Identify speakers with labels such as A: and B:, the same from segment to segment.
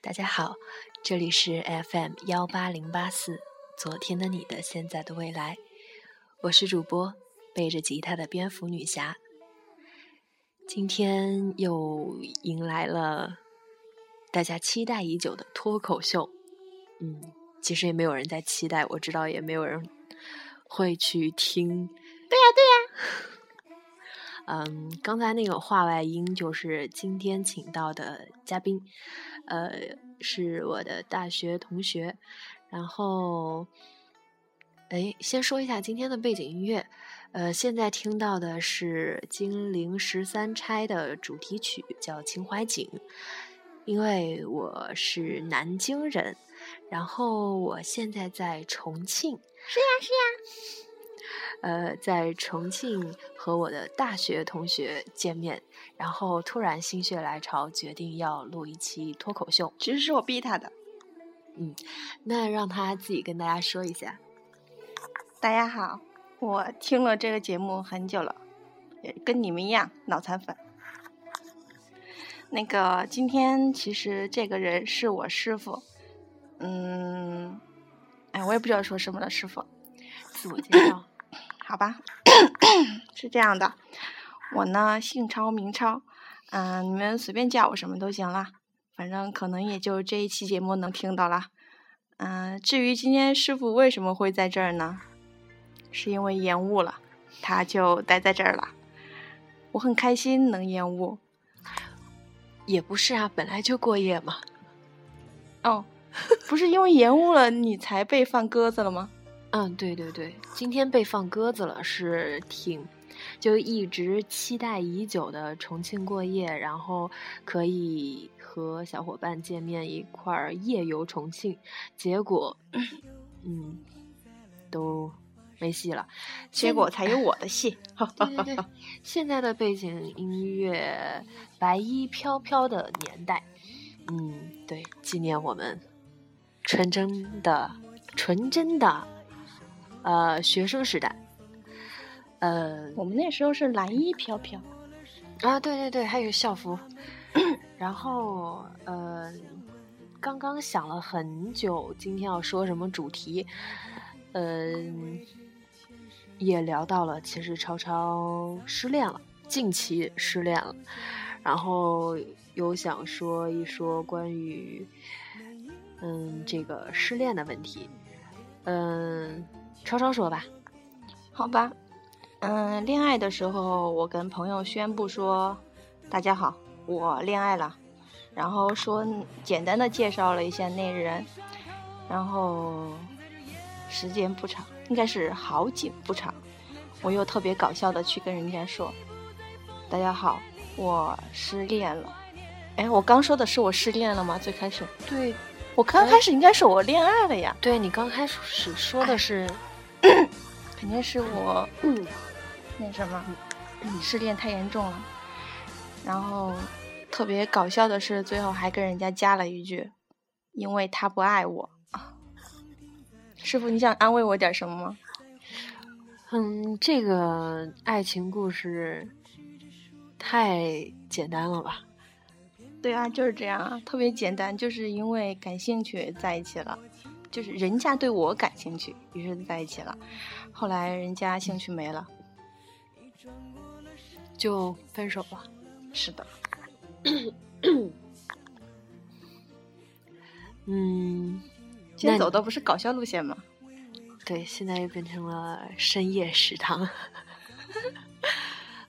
A: 大家好，这里是 FM 幺八零八四，昨天的你的现在的未来，我是主播背着吉他的蝙蝠女侠。今天又迎来了大家期待已久的脱口秀，嗯，其实也没有人在期待，我知道也没有人会去听。
B: 对呀、对呀、
A: 嗯，刚才那个话外音就是今天请到的嘉宾，呃，是我的大学同学。然后，哎，先说一下今天的背景音乐，呃，现在听到的是《金陵十三钗》的主题曲，叫《秦淮景》。因为我是南京人，然后我现在在重庆，
B: 是呀、是呀、
A: 呃，在重庆和我的大学同学见面，然后突然心血来潮，决定要录一期脱口秀。
B: 其实是我逼他的。
A: 那让他自己跟大家说一下。
B: 大家好，我听了这个节目很久了，也跟你们一样脑残粉。那个今天其实这个人是我师傅，嗯，哎，我也不知道说什么了，师傅。
A: 自我介绍，
B: 好吧， 是这样的，我呢姓超名超，嗯、你们随便叫我什么都行啦，反正可能也就这一期节目能听到啦。嗯、至于今天师傅为什么会在这儿呢？是因为延误了，他就待在这儿了。我很开心能延误
A: 也不是啊，本来就过夜嘛。
B: 哦，不是因为延误了你才被放鸽子了 吗？
A: 嗯，对对对，今天被放鸽子了，是挺就一直期待已久的重庆过夜，然后可以和小伙伴见面一块儿夜游重庆，结果嗯都没戏了，
B: 结果才有我的戏。
A: 对对对，现在的背景音乐《白衣飘飘》的年代，嗯，对，纪念我们纯真的、纯真的呃学生时代。呃
B: 我们那时候是蓝衣飘飘，
A: 啊，对对对，还有校服。 然后呃，刚刚想了很久，今天要说什么主题，嗯、也聊到了，其实超超失恋了，近期失恋了，然后有想说一说关于，嗯，这个失恋的问题，嗯，超超说吧，
B: 好吧，嗯，恋爱的时候，我跟朋友宣布说：“大家好，我恋爱了。”然后说简单的介绍了一下那人，然后时间不长，应该是好景不长，我又特别搞笑的去跟人家说：“大家好，我失恋了。”哎，我刚说的是我失恋了吗？最开始，
A: 对，
B: 我刚开始应该是我恋爱了呀，
A: 对你刚开始说的是，
B: 肯定是我
A: 嗯，
B: 那什么，嗯失恋太严重了。然后特别搞笑的是，最后还跟人家加了一句：“因为他不爱我。”师傅，你想安慰我点什么吗？
A: 嗯，这个爱情故事太简单了吧？
B: 对啊，就是这样啊，特别简单，就是因为感兴趣在一起了，就是人家对我感兴趣，于是在一起了。后来人家兴趣没了，
A: 就分手吧。
B: 是的，
A: 嗯，
B: 今天
A: 那
B: 走的不是搞笑路线吗？
A: 对，现在又变成了深夜食堂。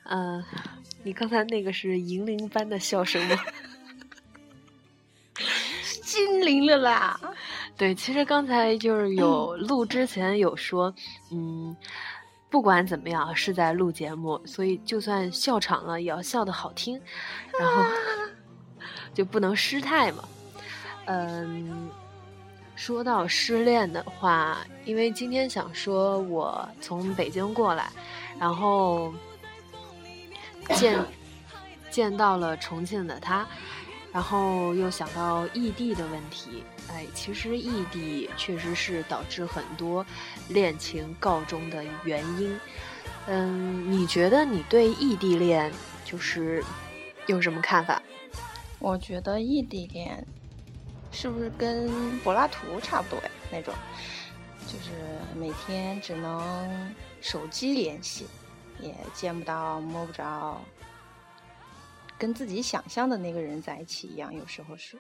A: 嗯、你刚才那个是银铃般的笑声吗？
B: 心灵了啦！
A: 对，其实刚才就是有录之前有说，嗯，不管怎么样啊是在录节目，所以就算笑场了，也要笑得好听，然后就不能失态嘛。嗯，说到失恋的话，因为今天想说我从北京过来，然后见见到了重庆的他，然后又想到异地的问题，哎，其实异地确实是导致很多恋情告终的原因。嗯，你觉得你对异地恋就是有什么看法？
B: 我觉得异地恋是不是跟柏拉图差不多呀？那种，就是每天只能手机联系，也见不到、摸不着，跟自己想象的那个人在一起一样，有时候是。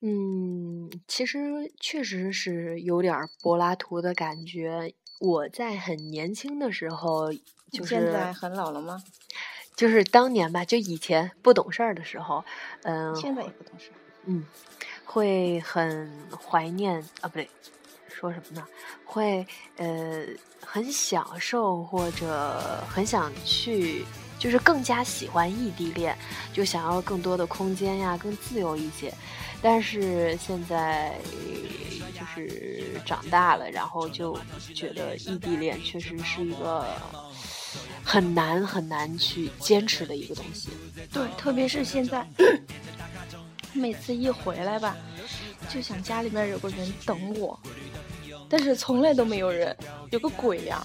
A: 嗯，其实确实是有点儿柏拉图的感觉。我在很年轻的时候，就是嗯
B: 现在很老了吗？
A: 就是当年吧，就以前不懂事儿的时候，嗯、
B: 现在也不懂事。
A: 嗯，会很怀念啊，不对，说什么呢？会呃，很享受或者很想去，就是更加喜欢异地恋，就想要更多的空间呀，更自由一些。但是现在就是长大了，然后就觉得异地恋确实是一个很难很难去坚持的一个东西。
B: 对，特别是现在，每次一回来吧，就想家里面有个人等我，但是从来都没有人，有个鬼呀、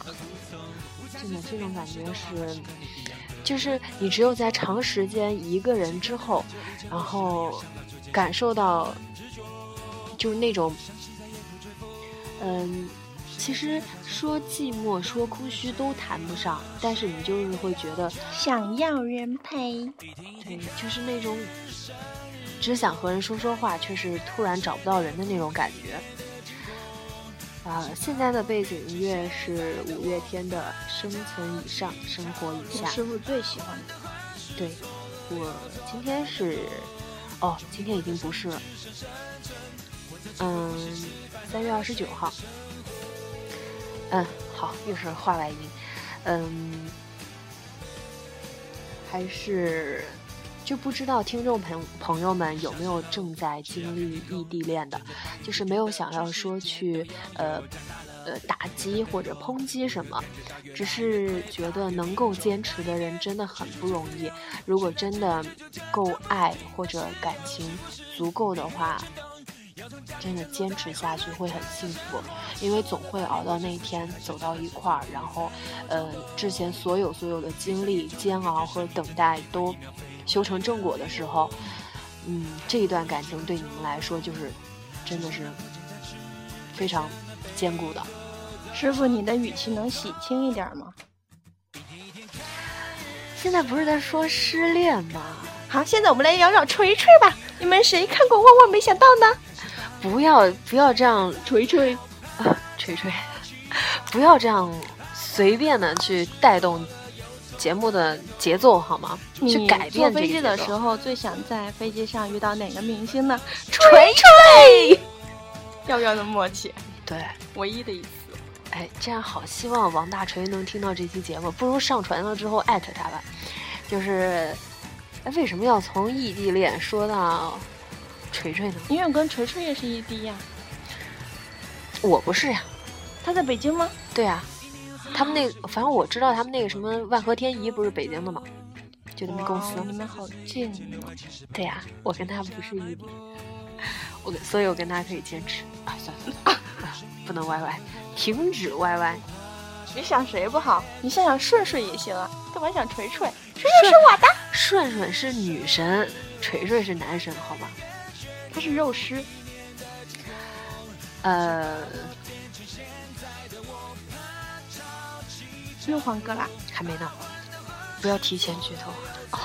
A: 真的，这种感觉是，就是你只有在长时间一个人之后，然后感受到，就是那种，嗯，其实说寂寞、说空虚都谈不上，但是你就是会觉得，
B: 想要人陪。
A: 对，就是那种只想和人说说话，却是突然找不到人的那种感觉。啊、现在的背景音乐是五月天的《生存以上，生活以
B: 我
A: 下》。
B: 师傅最喜欢的。
A: 对，我今天是，哦，今天已经不是了，嗯，三月二十九号，嗯，好，又是话外音，嗯，还是就不知道听众朋朋友们有没有正在经历异地恋的，就是没有想要说去呃呃打击或者抨击什么，只是觉得能够坚持的人真的很不容易。如果真的够爱或者感情足够的话，真的坚持下去会很幸福，因为总会熬到那一天走到一块儿，然后，呃，之前所有所有的经历、煎熬和等待都修成正果的时候，嗯，这一段感情对你们来说就是真的是非常坚固的。
B: 师傅，你的语气能喜庆一点吗？
A: 现在不是在说失恋吗？
B: 好，现在我们来聊聊锤锤吧。你们谁看过《万万没想到》呢？
A: 不要不要这样
B: 锤锤，
A: 锤锤，不要这样随便的去带动节目的节奏好吗？去
B: 你
A: 改
B: 坐
A: 变
B: 飞机的时
A: 候。
B: 候最想在飞机上遇到哪个明星呢？锤锤，要不要那么默契？
A: 对，
B: 唯一的一次。
A: 哎，这样好，希望王大锤能听到这期节目，不如上传了之后艾特他吧。就是，哎，为什么要从异地恋说到锤锤呢？
B: 因为我跟锤锤也是异地呀。
A: 我不是呀，
B: 他在北京吗？
A: 对呀、他们那反正我知道他们那个什么万和天宜不是北京的嘛，就他们公司
B: 哇。你们好近哦。
A: 对呀、我跟他不是异地， 我跟所以我跟他可以坚持。啊，算了算了，啊不能 YY，停止 YY。
B: 你想谁不好？你想想顺顺也行啊，干嘛想锤锤？锤锤是我的，
A: 顺顺是女神，锤锤是男神，好吗？
B: 他是肉师。
A: 呃，
B: 又换歌啦。
A: 还没呢，不要提前剧透。哦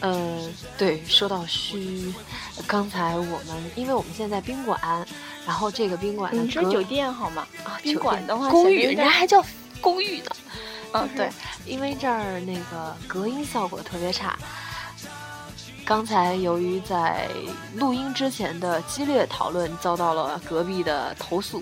A: 呃，对，说到虚，刚才我们因为我们现在在宾馆，然后这个宾馆呢，
B: 嗯你说
A: 隔
B: 酒店好吗？
A: 啊，
B: 宾
A: 酒
B: 馆
A: 店
B: 的话
A: 公
B: 显
A: 寓，
B: 得有
A: 人
B: 点
A: 家还叫公寓呢。
B: 嗯，对，
A: 因为这儿那个隔音效果特别差。刚才由于在录音之前的激烈讨论，遭到了隔壁的投诉。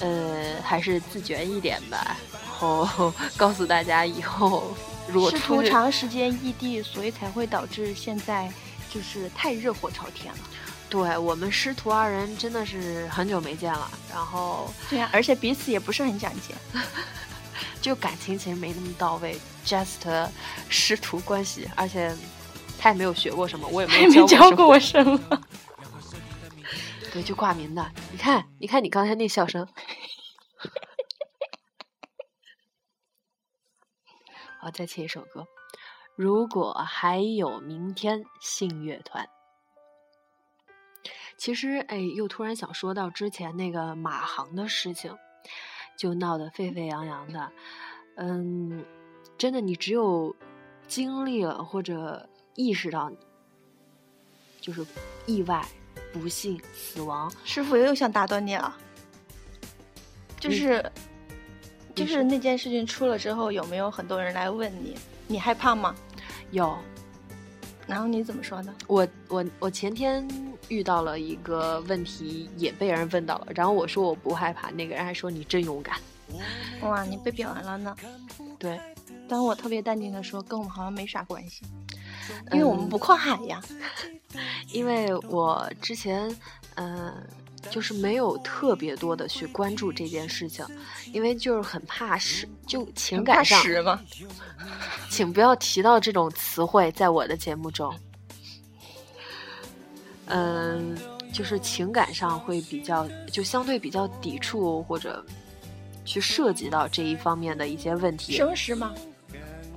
A: 呃，还是自觉一点吧。然后 告诉大家，以后如果
B: 试
A: 出
B: 图
A: 去，
B: 长时间异地，所以才会导致现在就是太热火朝天了。
A: 对我们师徒二人真的是很久没见了，然后
B: 对呀、而且彼此也不是很想 见。
A: 就感情其实没那么到位，just 师徒关系，而且他也没有学过什么，我也没有教过什么。
B: 我什么？
A: 对，就挂名的。你看，你看你刚才那笑声。好，再切一首歌。如果还有明天，信乐团。其实，哎，又突然想说到之前那个马航的事情，就闹得沸沸扬扬的。嗯，真的，你只有经历了或者意识到，就是意外、不幸、死亡，
B: 师傅又想打断你了，就
A: 你
B: 是就
A: 你
B: 是
A: 说
B: 那件事情出了之后，有没有很多人来问你，你害怕吗？
A: 有
B: 然后你怎么说呢？
A: 我我我前天遇到了一个问题，也被人问到了，然后我说我不害怕，那个人还说你真勇敢。
B: 哇，你被表扬了呢。
A: 对，
B: 但我特别淡定的说，跟我们好像没啥关系，
A: 嗯
B: 因为我们不跨海呀。
A: 因为我之前，嗯、就是没有特别多的去关注这件事情，因为就是很怕屎，就情感上，
B: 嘛。
A: 请不要提到这种词汇在我的节目中。嗯、就是情感上会比较，就相对比较抵触或者去涉及到这一方面的一些问题。
B: 生食嘛，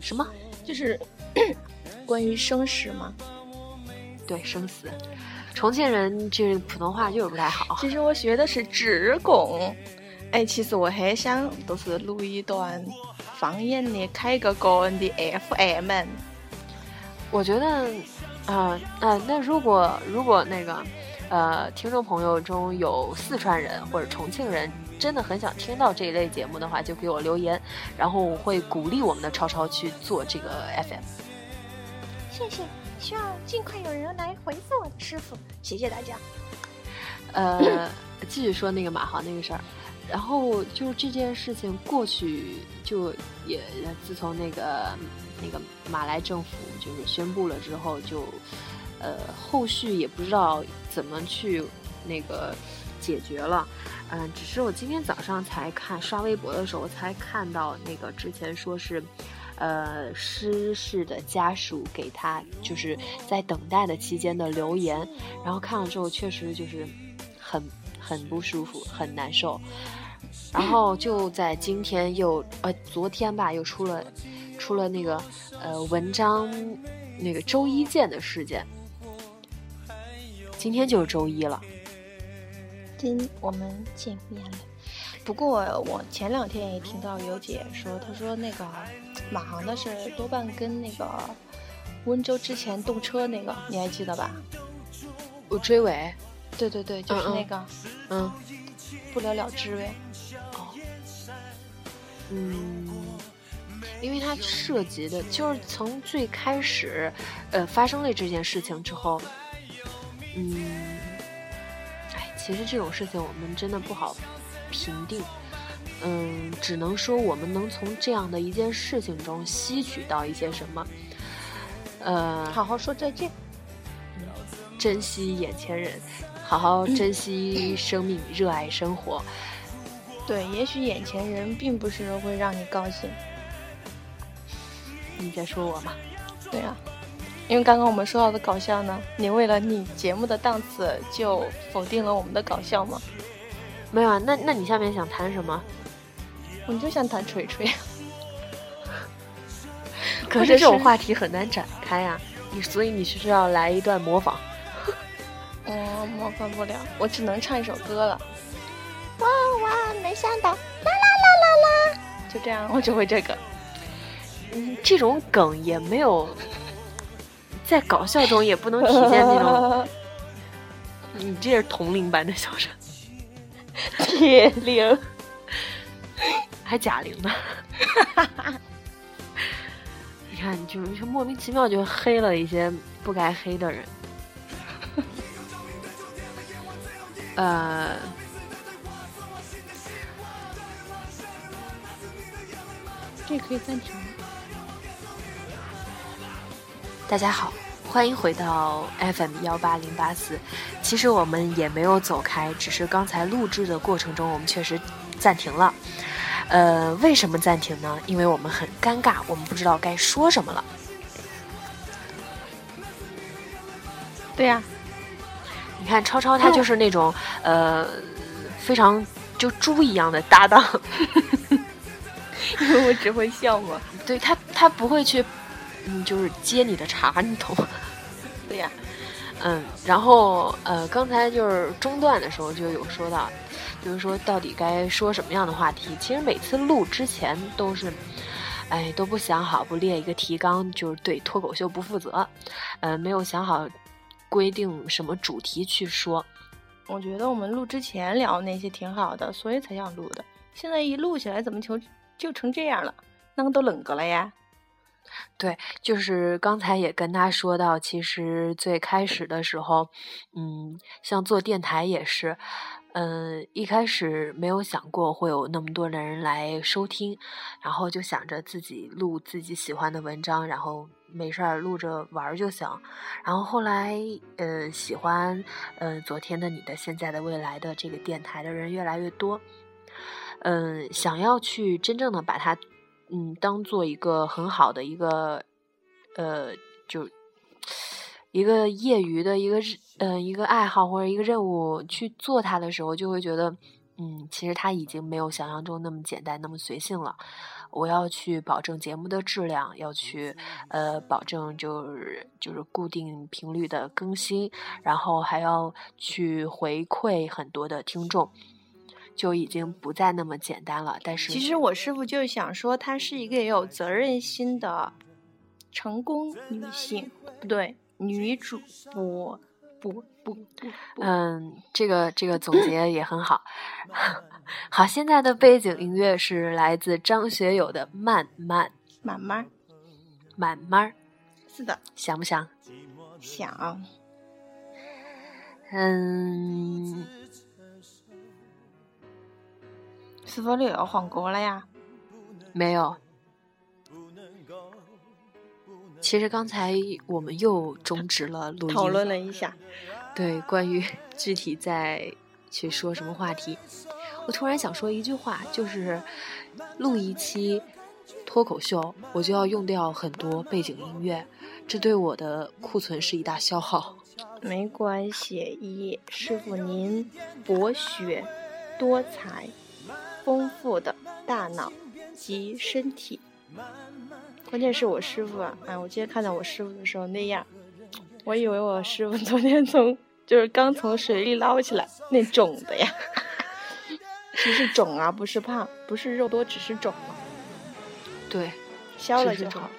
A: 什么？
B: 就是 关于生食嘛。
A: 对，生死。重庆人这普通话就是不太好。
B: 其实我学的是职工，哎，其实我还想就是录一段方言的，开个个人的 FM。
A: 我觉得，啊、呃、那如果如果那个，呃，听众朋友中有四川人或者重庆人，真的很想听到这一类节目的话，就给我留言，然后我会鼓励我们的超超去做这个 FM。
C: 谢谢，希望尽快有人来回复我的师傅，谢谢大家。
A: 呃，继续说那个马航那个事儿，然后就是这件事情过去就也自从那个那个马来政府就是宣布了之后就，呃后续也不知道怎么去那个解决了。嗯、只是我今天早上才看刷微博的时候才看到那个之前说是，呃，失事的家属给他就是在等待的期间的留言，然后看了之后确实就是很很不舒服，很难受。然后就在今天又呃昨天吧又出了出了那个呃文章那个周一见的事件，今天就是周一了，
B: 今我们见面了。不过我前两天也听到有姐说，她说那个马航的事儿多半跟那个温州之前动车那个，你还记得吧？
A: 我追尾，
B: 对对对，就是
A: 嗯嗯
B: 那个
A: 嗯
B: 不了了之呗。
A: 嗯。因为它涉及的就是从最开始，呃，发生了这件事情之后，嗯，哎，其实这种事情我们真的不好评定，嗯，只能说我们能从这样的一件事情中吸取到一些什么，呃，
B: 好好说再见。
A: 珍惜眼前人，好好珍惜生命，热爱生活。
B: 对，也许眼前人并不是会让你高兴。
A: 你在说我吗？
B: 对啊，因为刚刚我们说到的搞笑呢，你为了你节目的档次就否定了我们的搞笑吗？
A: 没有啊，那那你下面想谈什么？
B: 我就想谈锤 锤，
A: 可
B: 或
A: 是
B: 者
A: 这种
B: 是
A: 话题很难展开呀、你所以你是要来一段模仿。
B: 我模仿哦不了，我只能唱一首歌了。
C: 哇哇，没想到
B: 就这样，我只会这个。
A: 嗯，这种梗也没有，在搞笑中也不能体现那种。 你这是同龄般的笑声，
B: 铁铃。
A: 还贾玲呢。你看，你就就莫名其妙就黑了一些不该黑的人。呃，
B: 这可以暂停吗？
A: 大家好，欢迎回到 FM 幺八零八四。其实我们也没有走开，只是刚才录制的过程中，我们确实暂停了。呃，为什么暂停呢？因为我们很尴尬，我们不知道该说什么了。
B: 对啊呀、
A: 你看，超超他就是那种、呃非常就猪一样的搭档，
B: 因为我只会笑嘛。
A: 对他他不会去嗯，就是接你的茬，你懂吗？
B: 对啊呀、
A: 嗯，然后呃，刚才就是中断的时候就有说到，就是说到底该说什么样的话题。其实每次录之前都是，哎，都不想好，不列一个提纲，就是对脱口秀不负责，呃，没有想好规定什么主题去说。
B: 我觉得我们录之前聊那些挺好的，所以才想录的。现在一录起来，怎么就就成这样了？那个都冷个了呀！
A: 就是刚才也跟他说到，其实最开始的时候，嗯，像做电台也是，嗯，一开始没有想过会有那么多的人来收听，然后就想着自己录自己喜欢的文章，然后没事儿录着玩儿就行。然后后来，呃，喜欢呃昨天的你的、现在的、未来的这个电台的人越来越多，嗯、想要去真正的把它，嗯，当做一个很好的一个，呃，就一个业余的一个日，呃，一个爱好或者一个任务去做它的时候，就会觉得，嗯，其实它已经没有想象中那么简单，那么随性了。我要去保证节目的质量，要去呃保证就是就是固定频率的更新，然后还要去回馈很多的听众，就已经不再那么简单了。但是
B: 其实我师傅就是想说，她是一个有责任心的成功女性，不对，女主播，不不不不，嗯
A: 嗯，这个这个总结也很好。好，现在的背景音乐是来自张学友的《慢慢
B: 慢慢，
A: 慢慢儿》，
B: 是的，
A: 想不想？
B: 想
A: 嗯，
B: 是否又要换歌了呀？
A: 没有。其实刚才我们又终止了录音，
B: 讨论了一下，
A: 对关于 具体再去说什么话题。我突然想说一句话，就是录一期脱口秀，我就要用掉很多背景音乐，这对我的库存是一大消耗。
B: 没关系，一师傅您博学多才，丰富的大脑及身体。关键是我师傅啊，哎，我今天看到我师傅的时候那样，我以为我师傅昨天从就是刚从水里捞起来那肿的呀，其实肿啊，不是胖，不是肉多，只是肿嘛，
A: 对，
B: 消了
A: 只
B: 就是好。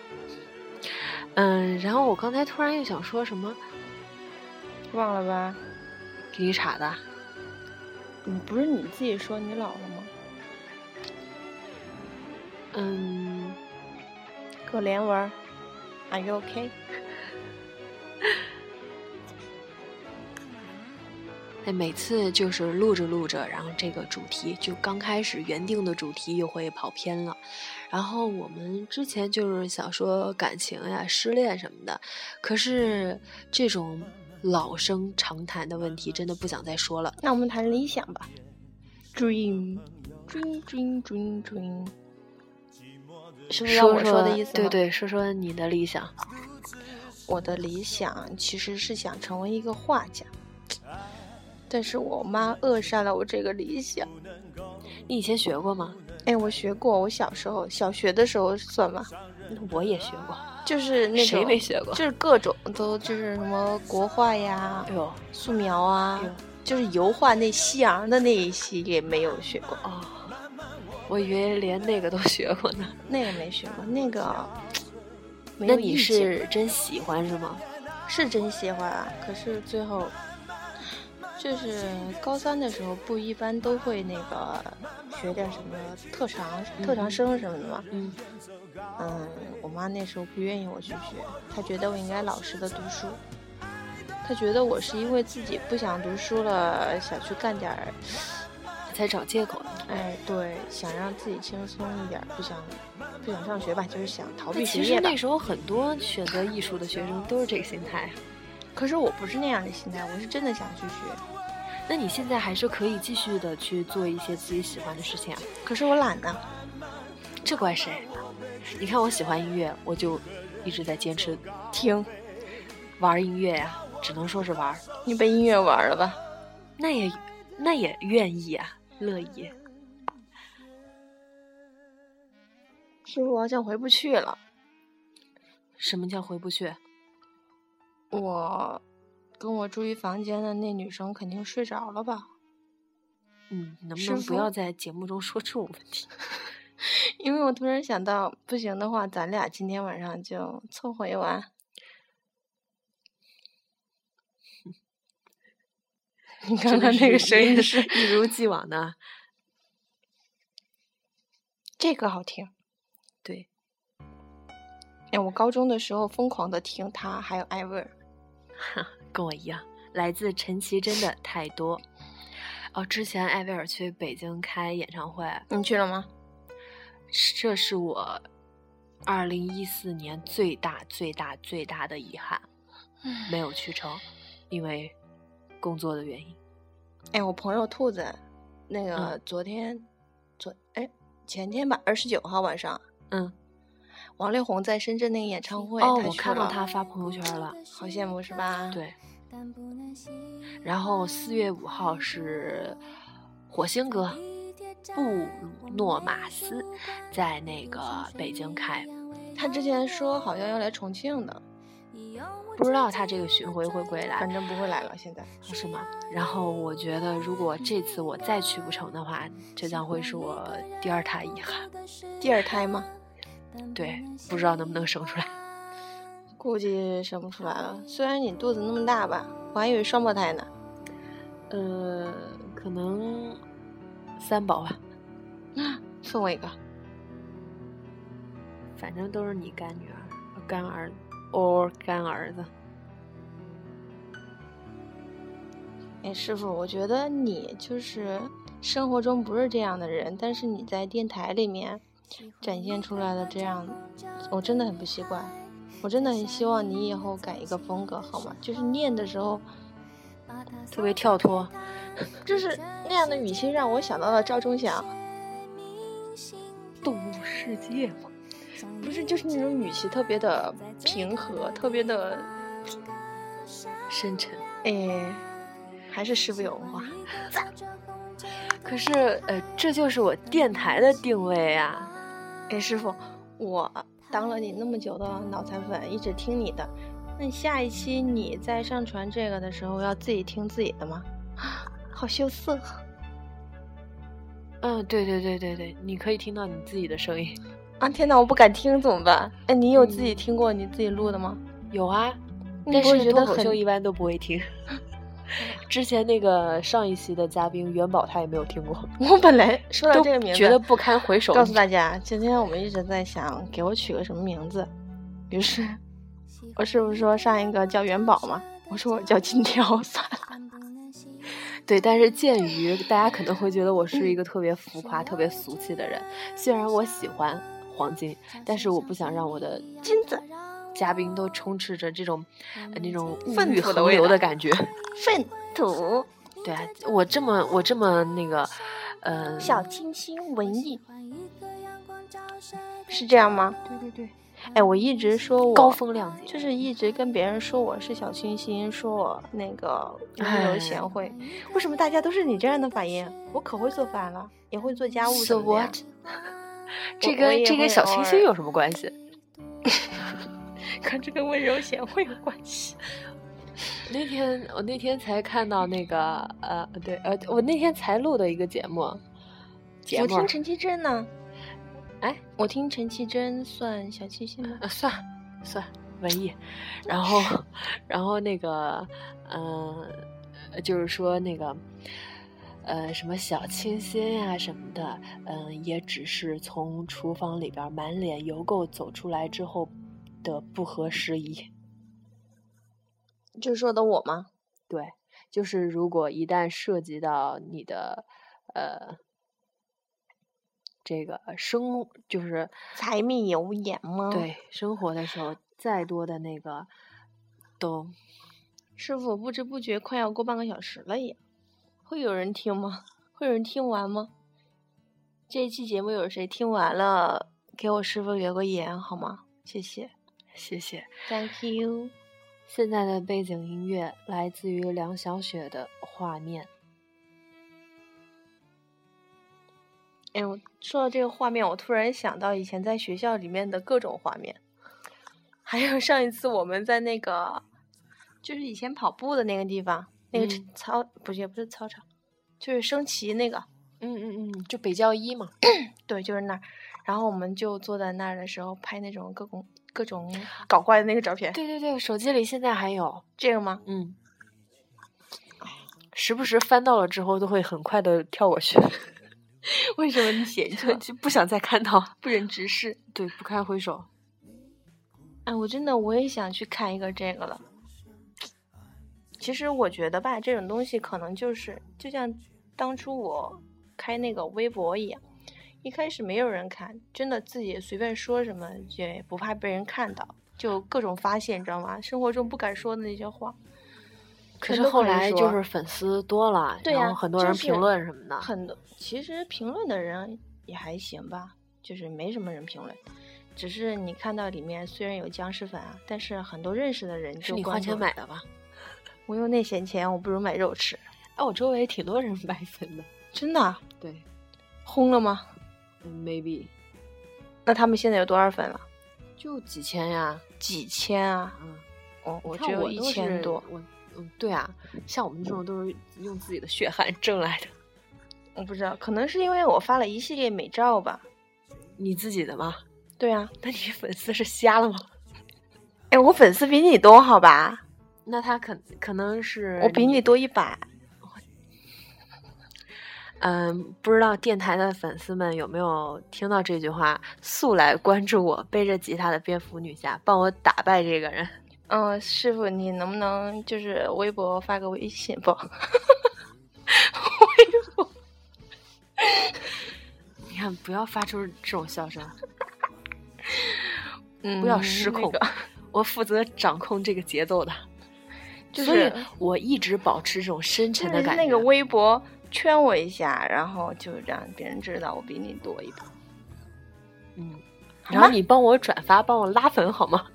A: 嗯，然后我刚才突然又想说什么，
B: 忘了吧？
A: 给你查的。
B: 你不是你自己说你老了吗？
A: 嗯，
B: 给我连文儿，Are you okay？
A: 哎，每次就是录着录着，然后这个主题就刚开始原定的主题又会跑偏了。然后我们之前就是想说感情呀、失恋什么的，可是这种老生常谈的问题，真的不想再说了。
B: 那我们谈理想吧。Dream, dream, dream, dream, dream。是不是要我
A: 说
B: 的意思
A: 对
B: 吗
A: 对，说说你的理想。
B: 我的理想其实是想成为一个画家，但是我妈扼杀了我这个理想。
A: 你以前学过吗？
B: 哎，我学过，我小时候小学的时候算吧，
A: 我也学过。
B: 就是那种
A: 谁没学过
B: 就是各种都就是什么国画呀、
A: 哎呦，
B: 素描啊
A: 哎呦，
B: 就是油画那西洋的那一系列没有学过，
A: 哦，我以为连那个都学过呢。
B: 那个没学过，那个没
A: 那
B: 有
A: 你
B: 意见
A: 是真喜欢是吗？
B: 是真喜欢啊，可是最后就是高三的时候，不一般都会那个学点什么特长、特长生什么的嘛。
A: 嗯，
B: 嗯，我妈那时候不愿意我去学，她觉得我应该老实的读书。她觉得我是因为自己不想读书了，想去干点儿，
A: 才找借口呢。
B: 哎，对，想让自己轻松一点儿，不想不想上学吧，就是想逃
A: 那
B: 避
A: 其
B: 学
A: 实
B: 业吧
A: 那。时候很多选择艺术的学生都是这个心态。啊
B: 可是我不是那样的心态，我是真的想去学。
A: 那你现在还是可以继续的去做一些自己喜欢的事情啊，
B: 可是我懒呢、
A: 这怪谁？啊你看我喜欢音乐，我就一直在坚持
B: 听。
A: 玩音乐呀、只能说是玩儿。
B: 你被音乐玩了吧？
A: 那也那也愿意啊，乐意。
B: 啊师傅好像回不去了。
A: 什么叫回不去？啊
B: 我跟我住一房间的那女生肯定睡着了吧？
A: 嗯，能不
B: 师
A: 能不
B: 傅
A: 要在节目中说这 种问题？
B: 因为我突然想到，不行的话，咱俩今天晚上就凑合一晚。 你
A: 真
B: 刚
A: 的
B: 刚那个
A: 是
B: 声
A: 一
B: 音是
A: 一如既往的，
B: 这个好听。
A: 对，
B: 哎，我高中的时候疯狂的听它，还有艾薇儿。
A: 跟我一样，来自陈绮贞的太多。哦，之前艾薇儿去北京开演唱会，
B: 你去了吗？
A: 是这是我二零一四年最大最大最大的遗憾，没有去成，因为工作的原因。
B: 哎，我朋友兔子，那个
A: 嗯
B: 昨天，昨哎前天吧，二十九号晚上，
A: 嗯，
B: 王力宏在深圳那个演唱会，
A: 哦，
B: 他
A: 我
B: 去
A: 看到
B: 了
A: 他发朋友圈了。
B: 好羡慕是吧？，
A: 对，然后四月五号是火星哥布鲁诺马斯在那个北京开，
B: 他之前说好像要来重庆的，
A: 不知道他这个巡回会不会来
B: 反，正不会来了。现在
A: 是吗？然后我觉得如果这次我再去不成的话，这将会是我第二大遗憾。
B: 第二胎吗？
A: 对，不知道能不能生出来。
B: 估计生不出来了。虽然你肚子那么大吧，我还以为双胞胎呢。
A: 呃，可能三宝吧，
B: 送我一个，
A: 反正都是你干女儿、呃干儿子 or 干儿子。
B: 哎，师傅，我觉得你就是生活中不是这样的人，但是你在电台里面 展现出来的这样，我真的很不习惯。我真的很希望你以后改一个风格，好吗？就是念的时候，
A: 特别跳脱，
B: 就是那样的语气让我想到了赵忠 祥，
A: 动物世界嘛，
B: 不是，就是那种语气特别的平和，特别的，
A: 深沉。
B: 哎，还是师傅有文化。
A: 可是，呃，这就是我电台的定位啊。
B: 哎，师傅，我当了你那么久的脑残粉，一直听你的。那下一期你在上传这个的时候，要自己听自己的吗？啊好羞涩。啊
A: 嗯，对对对对对，你可以听到你自己的声音。
B: 啊！天哪，我不敢听，怎么办？哎，你有
A: 嗯
B: 自己听过你自己录的吗？
A: 有啊，
B: 你
A: 但
B: 不会
A: 是
B: 觉
A: 脱
B: 得
A: 口
B: 很
A: 秀一般都不会听。 之前那个上一期的嘉宾元宝他也没有听过，
B: 我本来 说到
A: 都
B: 这个名字，
A: 觉得不堪回首。
B: 告诉大家，今天我们一直在想给我取个什么名字，于是我师傅说上一个叫元宝嘛，我说我叫金条 算了。
A: 对，但是鉴于大家可能会觉得我是一个特别浮夸、特别俗气的人，虽然我喜欢黄金，但是我不想让我的
B: 金子
A: 嘉宾都充斥着这种、呃、那种物
B: 粪
A: 欲
B: 土的
A: 横
B: 味
A: 流
B: 道
A: 的感觉。
B: 粪 土
A: 对啊，我这么我这么那个，嗯、
B: 小清新文艺，是这样吗？
A: 对对对，
B: 哎，我一直说我
A: 高风亮节，
B: 就是一直跟别人说我是小清新，说我那个温柔贤惠， 为什么大家都是你这样的反应？我可会做饭了，也会做家务
A: So
B: 什么的呀
A: what？这
B: 我我
A: 跟
B: 也
A: 这跟
B: 会
A: 小
B: 偶
A: 清
B: 尔
A: 新有什么关系？
B: 跟这跟温柔贤惠有关系。
A: 那天我那天才看到那个呃，对呃，我那天才录的一个节目，节
B: 我
A: 目
B: 听陈绮贞 呢。
A: 哎，
B: 我听陈绮贞算小清新吗？
A: 呃，算算文艺，然后然后那个嗯、呃，就是说那个呃什么小清新呀、什么的，嗯、也只是从厨房里边满脸油垢走出来之后的不合时宜。
B: 就说的我吗？
A: 对，就是如果一旦涉及到你的呃这个生，就是
B: 柴米油盐吗？，
A: 对生活的时候，再多的那个都
B: 师傅不知不觉快要过半个小时了也，会有人听吗？会有人听完吗？这一期节目有谁听完了，给我师傅留个言好吗？谢谢
A: 谢谢。
B: ，Thank you。
A: 现在的背景音乐来自于梁小雪的《画面》。
B: 哎，我说到这个画面，我突然想到以前在学校里面的各种画面，还有上一次我们在那个，就是以前跑步的那个地方，那个
A: 嗯
B: 操不是也不是操场，就是升旗那个，
A: 嗯嗯嗯，就北教一嘛，
B: 对，就是那儿。然后我们就坐在那儿的时候拍那种各种各种搞怪的那个照片，
A: 对对对，手机里现在还有，
B: 这个吗？
A: 嗯，时不时翻到了之后都会很快的跳过去，
B: 为什么你写一
A: 就
B: 个
A: 就不想再看到，
B: 不忍直视？
A: 对，不堪回首。
B: 哎，我真的我也想去看一个这个了。其实我觉得吧，这种东西可能就是就像当初我开那个微博一样，一开始没有人看，真的自己随便说什么也不怕被人看到，就各种发泄，你知道吗？生活中不敢说的那些话，
A: 可
B: 全
A: 是
B: 都
A: 后
B: 以
A: 来就
B: 说
A: 是粉丝多了，
B: 对
A: 然
B: 呀
A: 后很多
B: 就
A: 人
B: 是
A: 评论什么的，
B: 很多其实评论的人也还行吧，就是没什么人评论，只是你看到里面虽然有僵尸粉啊，但是很多认识的人
A: 是
B: 就
A: 你花
B: 关
A: 钱
B: 注了
A: 买的吧？
B: 我用那闲钱，我不如买肉吃。
A: 哎，我周围挺多人买粉的，
B: 真的啊
A: 对
B: 轰了吗？
A: 嗯，maybe
B: 那他们现在有多少粉了？
A: 就几千呀，
B: 几千啊！
A: 啊，
B: 我我
A: 看
B: 只有
A: 我
B: 一
A: 都
B: 千
A: 是
B: 多，
A: 我嗯，对啊，像我们这种都是用自己的血汗挣来的，
B: 我不知道，可能是因为我发了一系列美照吧。
A: 你自己的吗？
B: 对啊，
A: 那你粉丝是瞎了吗？
B: 哎，我粉丝比你多，好吧？
A: 那他可可能是
B: 我比你多一百。
A: 嗯，不知道电台的粉丝们有没有听到这句话？速来关注我，背着吉他的蝙蝠女侠，帮我打败这个人。
B: 嗯，师傅，你能不能就是微博发个微信不？
A: 你看，不要发出这种笑声，
B: 嗯
A: 不要失控。
B: 那个
A: 我负责掌控这个节奏的，
B: 就
A: 所以
B: 是
A: 我一直保持这种深沉
B: 就
A: 的
B: 是
A: 感觉。
B: 那个微博圈我一下，然后就让别人知道我比你多一百。
A: 嗯，
B: 好
A: 然后
B: 吗
A: 你帮我转发，帮我拉粉好吗？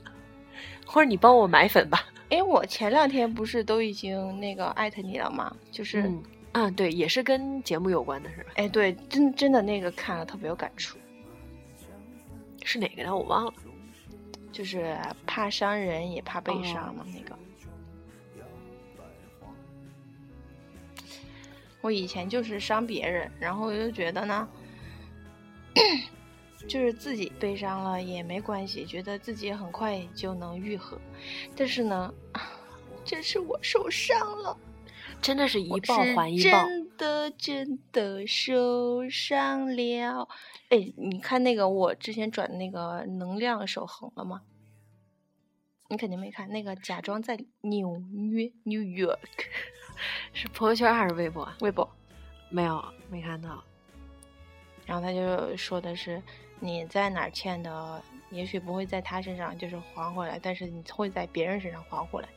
A: 或者你帮我买粉吧。
B: 哎，我前两天不是都已经那个艾特你了吗？就是，
A: 嗯啊，对，也是跟节目有关的是吧？
B: 哎、对，真真的那个看了特别有感触，
A: 是哪个的我忘了。
B: 就是怕伤人也怕被
A: 哦
B: 伤嘛、那个。我以前就是伤别人，然后我就觉得呢， 就是自己悲伤了也没关系，觉得自己很快就能愈合。但是呢， 这是我受伤了。
A: 真的是一
B: 我
A: 报
B: 是
A: 还一报，
B: 真的真的受伤了。哎，你看那个我之前转的那个能量守恒了吗？你肯定没看那个，假装在纽约 （New York）
A: 是朋友圈还是微博啊？
B: 微博，
A: 没有，没看到。
B: 然后他就说的是你在哪儿欠的，也许不会在他身上就是还回来，但是你会在别人身上还回来，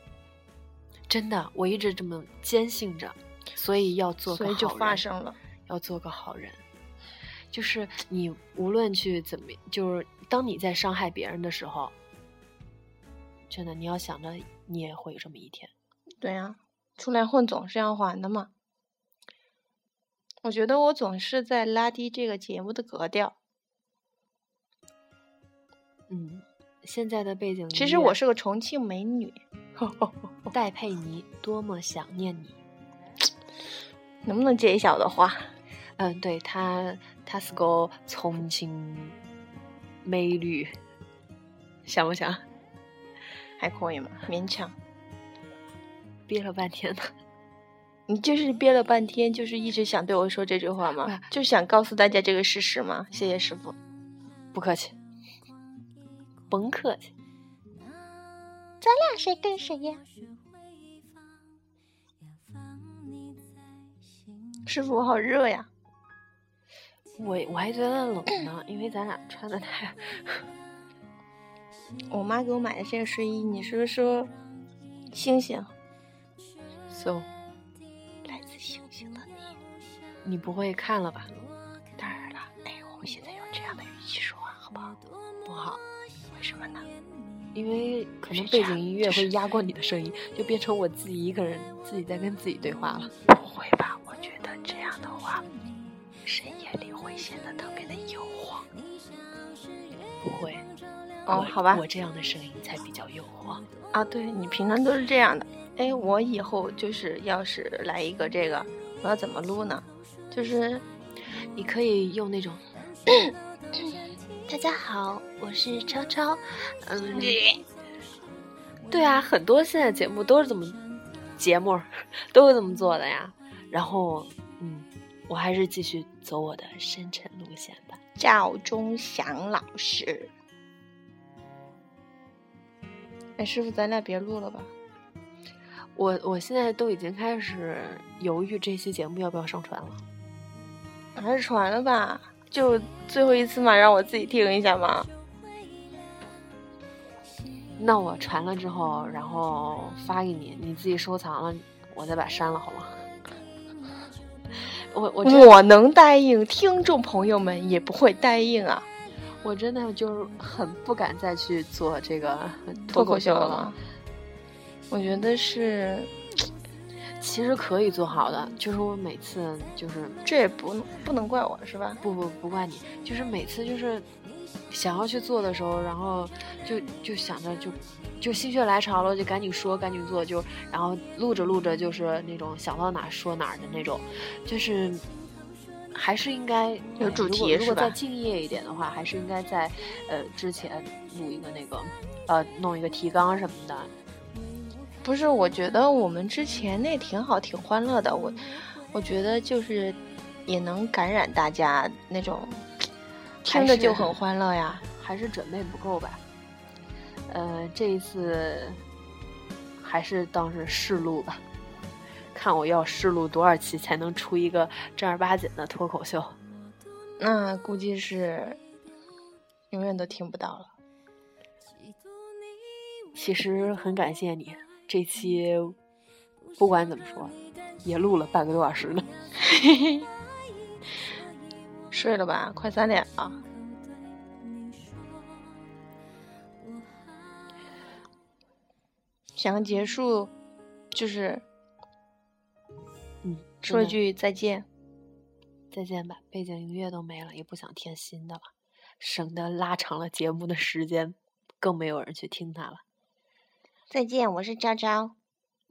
A: 真的，我一直这么坚信着，所以要做个好
B: 所以
A: 人，
B: 就发生了。
A: 要做个好人。就是你无论去怎么，就是当你在伤害别人的时候，真的你要想着你也会有这么一天。
B: 对呀、出来混总是要还的嘛。我觉得我总是在拉低这个节目的格调。
A: 嗯，现在的背景
B: 其
A: 音
B: 实
A: 乐
B: 我是个重庆美女，
A: 戴佩妮，多么想念你。
B: 能不能接一下我的话？
A: 嗯，对她，她是个重庆美女，想不想？
B: 还可以嘛，勉强。
A: 憋了半天 呢。
B: 你就是憋了半天，就是一直想对我说这句话吗
A: 哇？
B: 就想告诉大家这个事实吗？谢谢师傅。
A: 不客气，甭客气。
C: 咱俩谁跟谁呀？
B: 师傅，我好热呀！
A: 我我还觉得冷呢，因为咱俩穿的太……
B: 我妈给我买的这个睡衣，你是不是说星星
A: so，
B: 来自星星的你？
A: 你不会看了吧？
B: 当然了，哎，我们现在用这样的语气说话，好不好？
A: 不好，
B: 为什么呢？
A: 因为可能
B: 是这
A: 背
B: 样
A: 景音乐会
B: 就是
A: 压过你的声音，就变成我自己一个人自己在跟自己对话了。
B: 不会吧？我觉得这样的话，深夜里会显得特别的诱惑。
A: 不会，
B: 哦
A: 我，
B: 好吧
A: 我这样的声音才比较诱惑。
B: 啊，对你平常都是这样的。哎，我以后就是要是来一个这个，我要怎么录呢？就是
A: 你可以用那种，
C: 大家好，我是超超，
A: 嗯，对啊，很多现在节目都是这么，节目儿 都是这么做的呀。然后，嗯，我还是继续走我的深沉路线吧。
B: 赵忠祥老师。哎，师傅，咱俩别录了吧？
A: 我我现在都已经开始犹豫这期节目要不要上传了。
B: 还是传了吧，就最后一次嘛，让我自己听一下嘛。
A: 那我传了之后，然后发给你，你自己收藏了，我再把它删了，好吗？ 我我真
B: 我能答应，听众朋友们也不会答应啊。
A: 我真的就是很不敢再去做这个
B: 脱
A: 脱
B: 口
A: 口
B: 秀
A: 秀
B: 了。我觉得是，
A: 其实可以做好的，就是我每次就是
B: 这也不不能怪我是吧？
A: 不不不怪你，就是每次就是想要去做的时候，然后就就想着就就心血来潮了，就赶紧说赶紧做，就然后录着录着就是那种想到哪儿说哪儿的那种，就是还是应该呃
B: 有主题
A: 如果如
B: 是
A: 果
B: 吧
A: 再敬业一点的话，还是应该在呃之前录一个那个呃弄一个提纲什么的，
B: 不是，我觉得我们之前那挺好，挺欢乐的。我我觉得就是也能感染大家那种，听着就很欢乐呀。
A: 还是准备不够吧。呃，这一次还是当是试录吧，看我要试录多少期才能出一个正儿八经的脱口秀。
B: 那估计是永远都听不到了。
A: 其实很感谢你，这期不管怎么说，也录了半个多小时呢。
B: 睡了吧，快三点了。想结束，就是
A: 嗯，
B: 说
A: 真
B: 一
A: 的
B: 句再见。
A: 再见吧，背景音乐都没了，也不想添新的了，省得拉长了节目的时间，更没有人去听它了。
B: 再见，我是昭昭，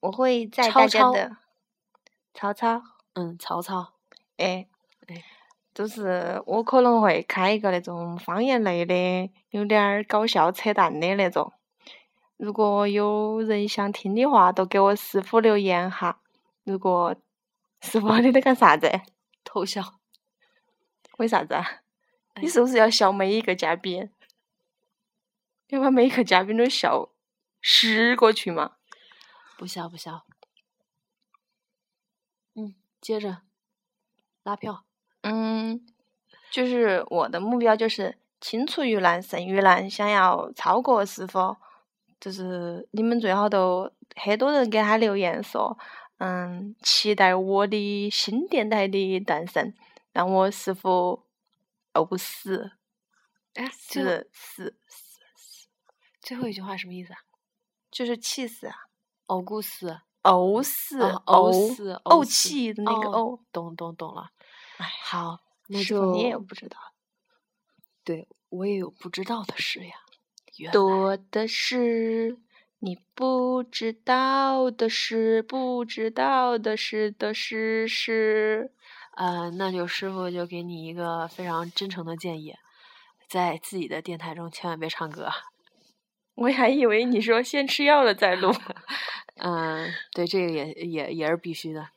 B: 我会在
A: 超
B: 大家
A: 超
B: 的曹操，
A: 嗯，曹操，
B: 哎
A: 哎，
B: 就是我可能会开一个那种方言类的，有点儿搞笑扯淡的那种。如果有人想听的话，都给我师傅留言哈。如果师傅 你在干啥子？
A: 偷笑。
B: 为啥子啊？ 你
A: 哎
B: 是不是要笑每一个嘉宾？要把每一个嘉宾都笑十过去嘛？
A: 不笑不笑。嗯，接着拉票。
B: 嗯，就是我的目标就是青出于蓝胜于蓝，想要超过师傅，就是你们最好都很多人给他留言说，嗯，期待我的新电台的诞生，让我师傅呕死，
A: 哎，最后
B: 死死死，
A: 最后一句话什么意思啊？
B: 就是气死啊，
A: 呕故事，
B: 呕死，
A: 啊呕
B: 呕
A: 死
B: 怄
A: 呕死
B: 气的那个
A: 哦
B: 呕，
A: 懂懂懂了。
B: 哎
A: 好，那
B: 师傅
A: 就
B: 你也不知道。
A: 对我也有不知道的事呀。原来
B: 多的是你不知道的事，不知道的事的事是。
A: 呃，那就师傅就给你一个非常真诚的建议，在自己的电台中千万别唱歌。
B: 我还以为你说先吃药了再录。
A: 嗯，对，这个也也也是必须的。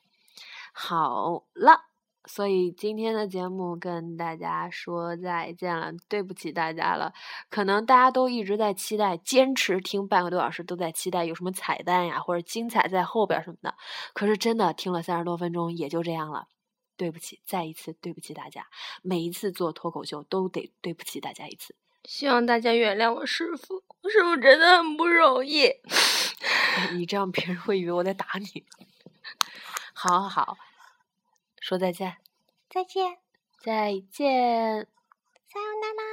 A: 好了，所以今天的节目跟大家说再见了，对不起大家了。可能大家都一直在期待，坚持听半个多小时，都在期待有什么彩蛋呀，或者精彩在后边儿什么的。可是真的听了三十多分钟，也就这样了。对不起，再一次对不起大家。每一次做脱口秀都得对不起大家一次。
B: 希望大家原谅我师傅，我师傅真的很不容易。
A: 哎你这样别人会以为我在打你。 好好好，说再见。
C: 再见，
A: 再见。
C: 撒有那拉。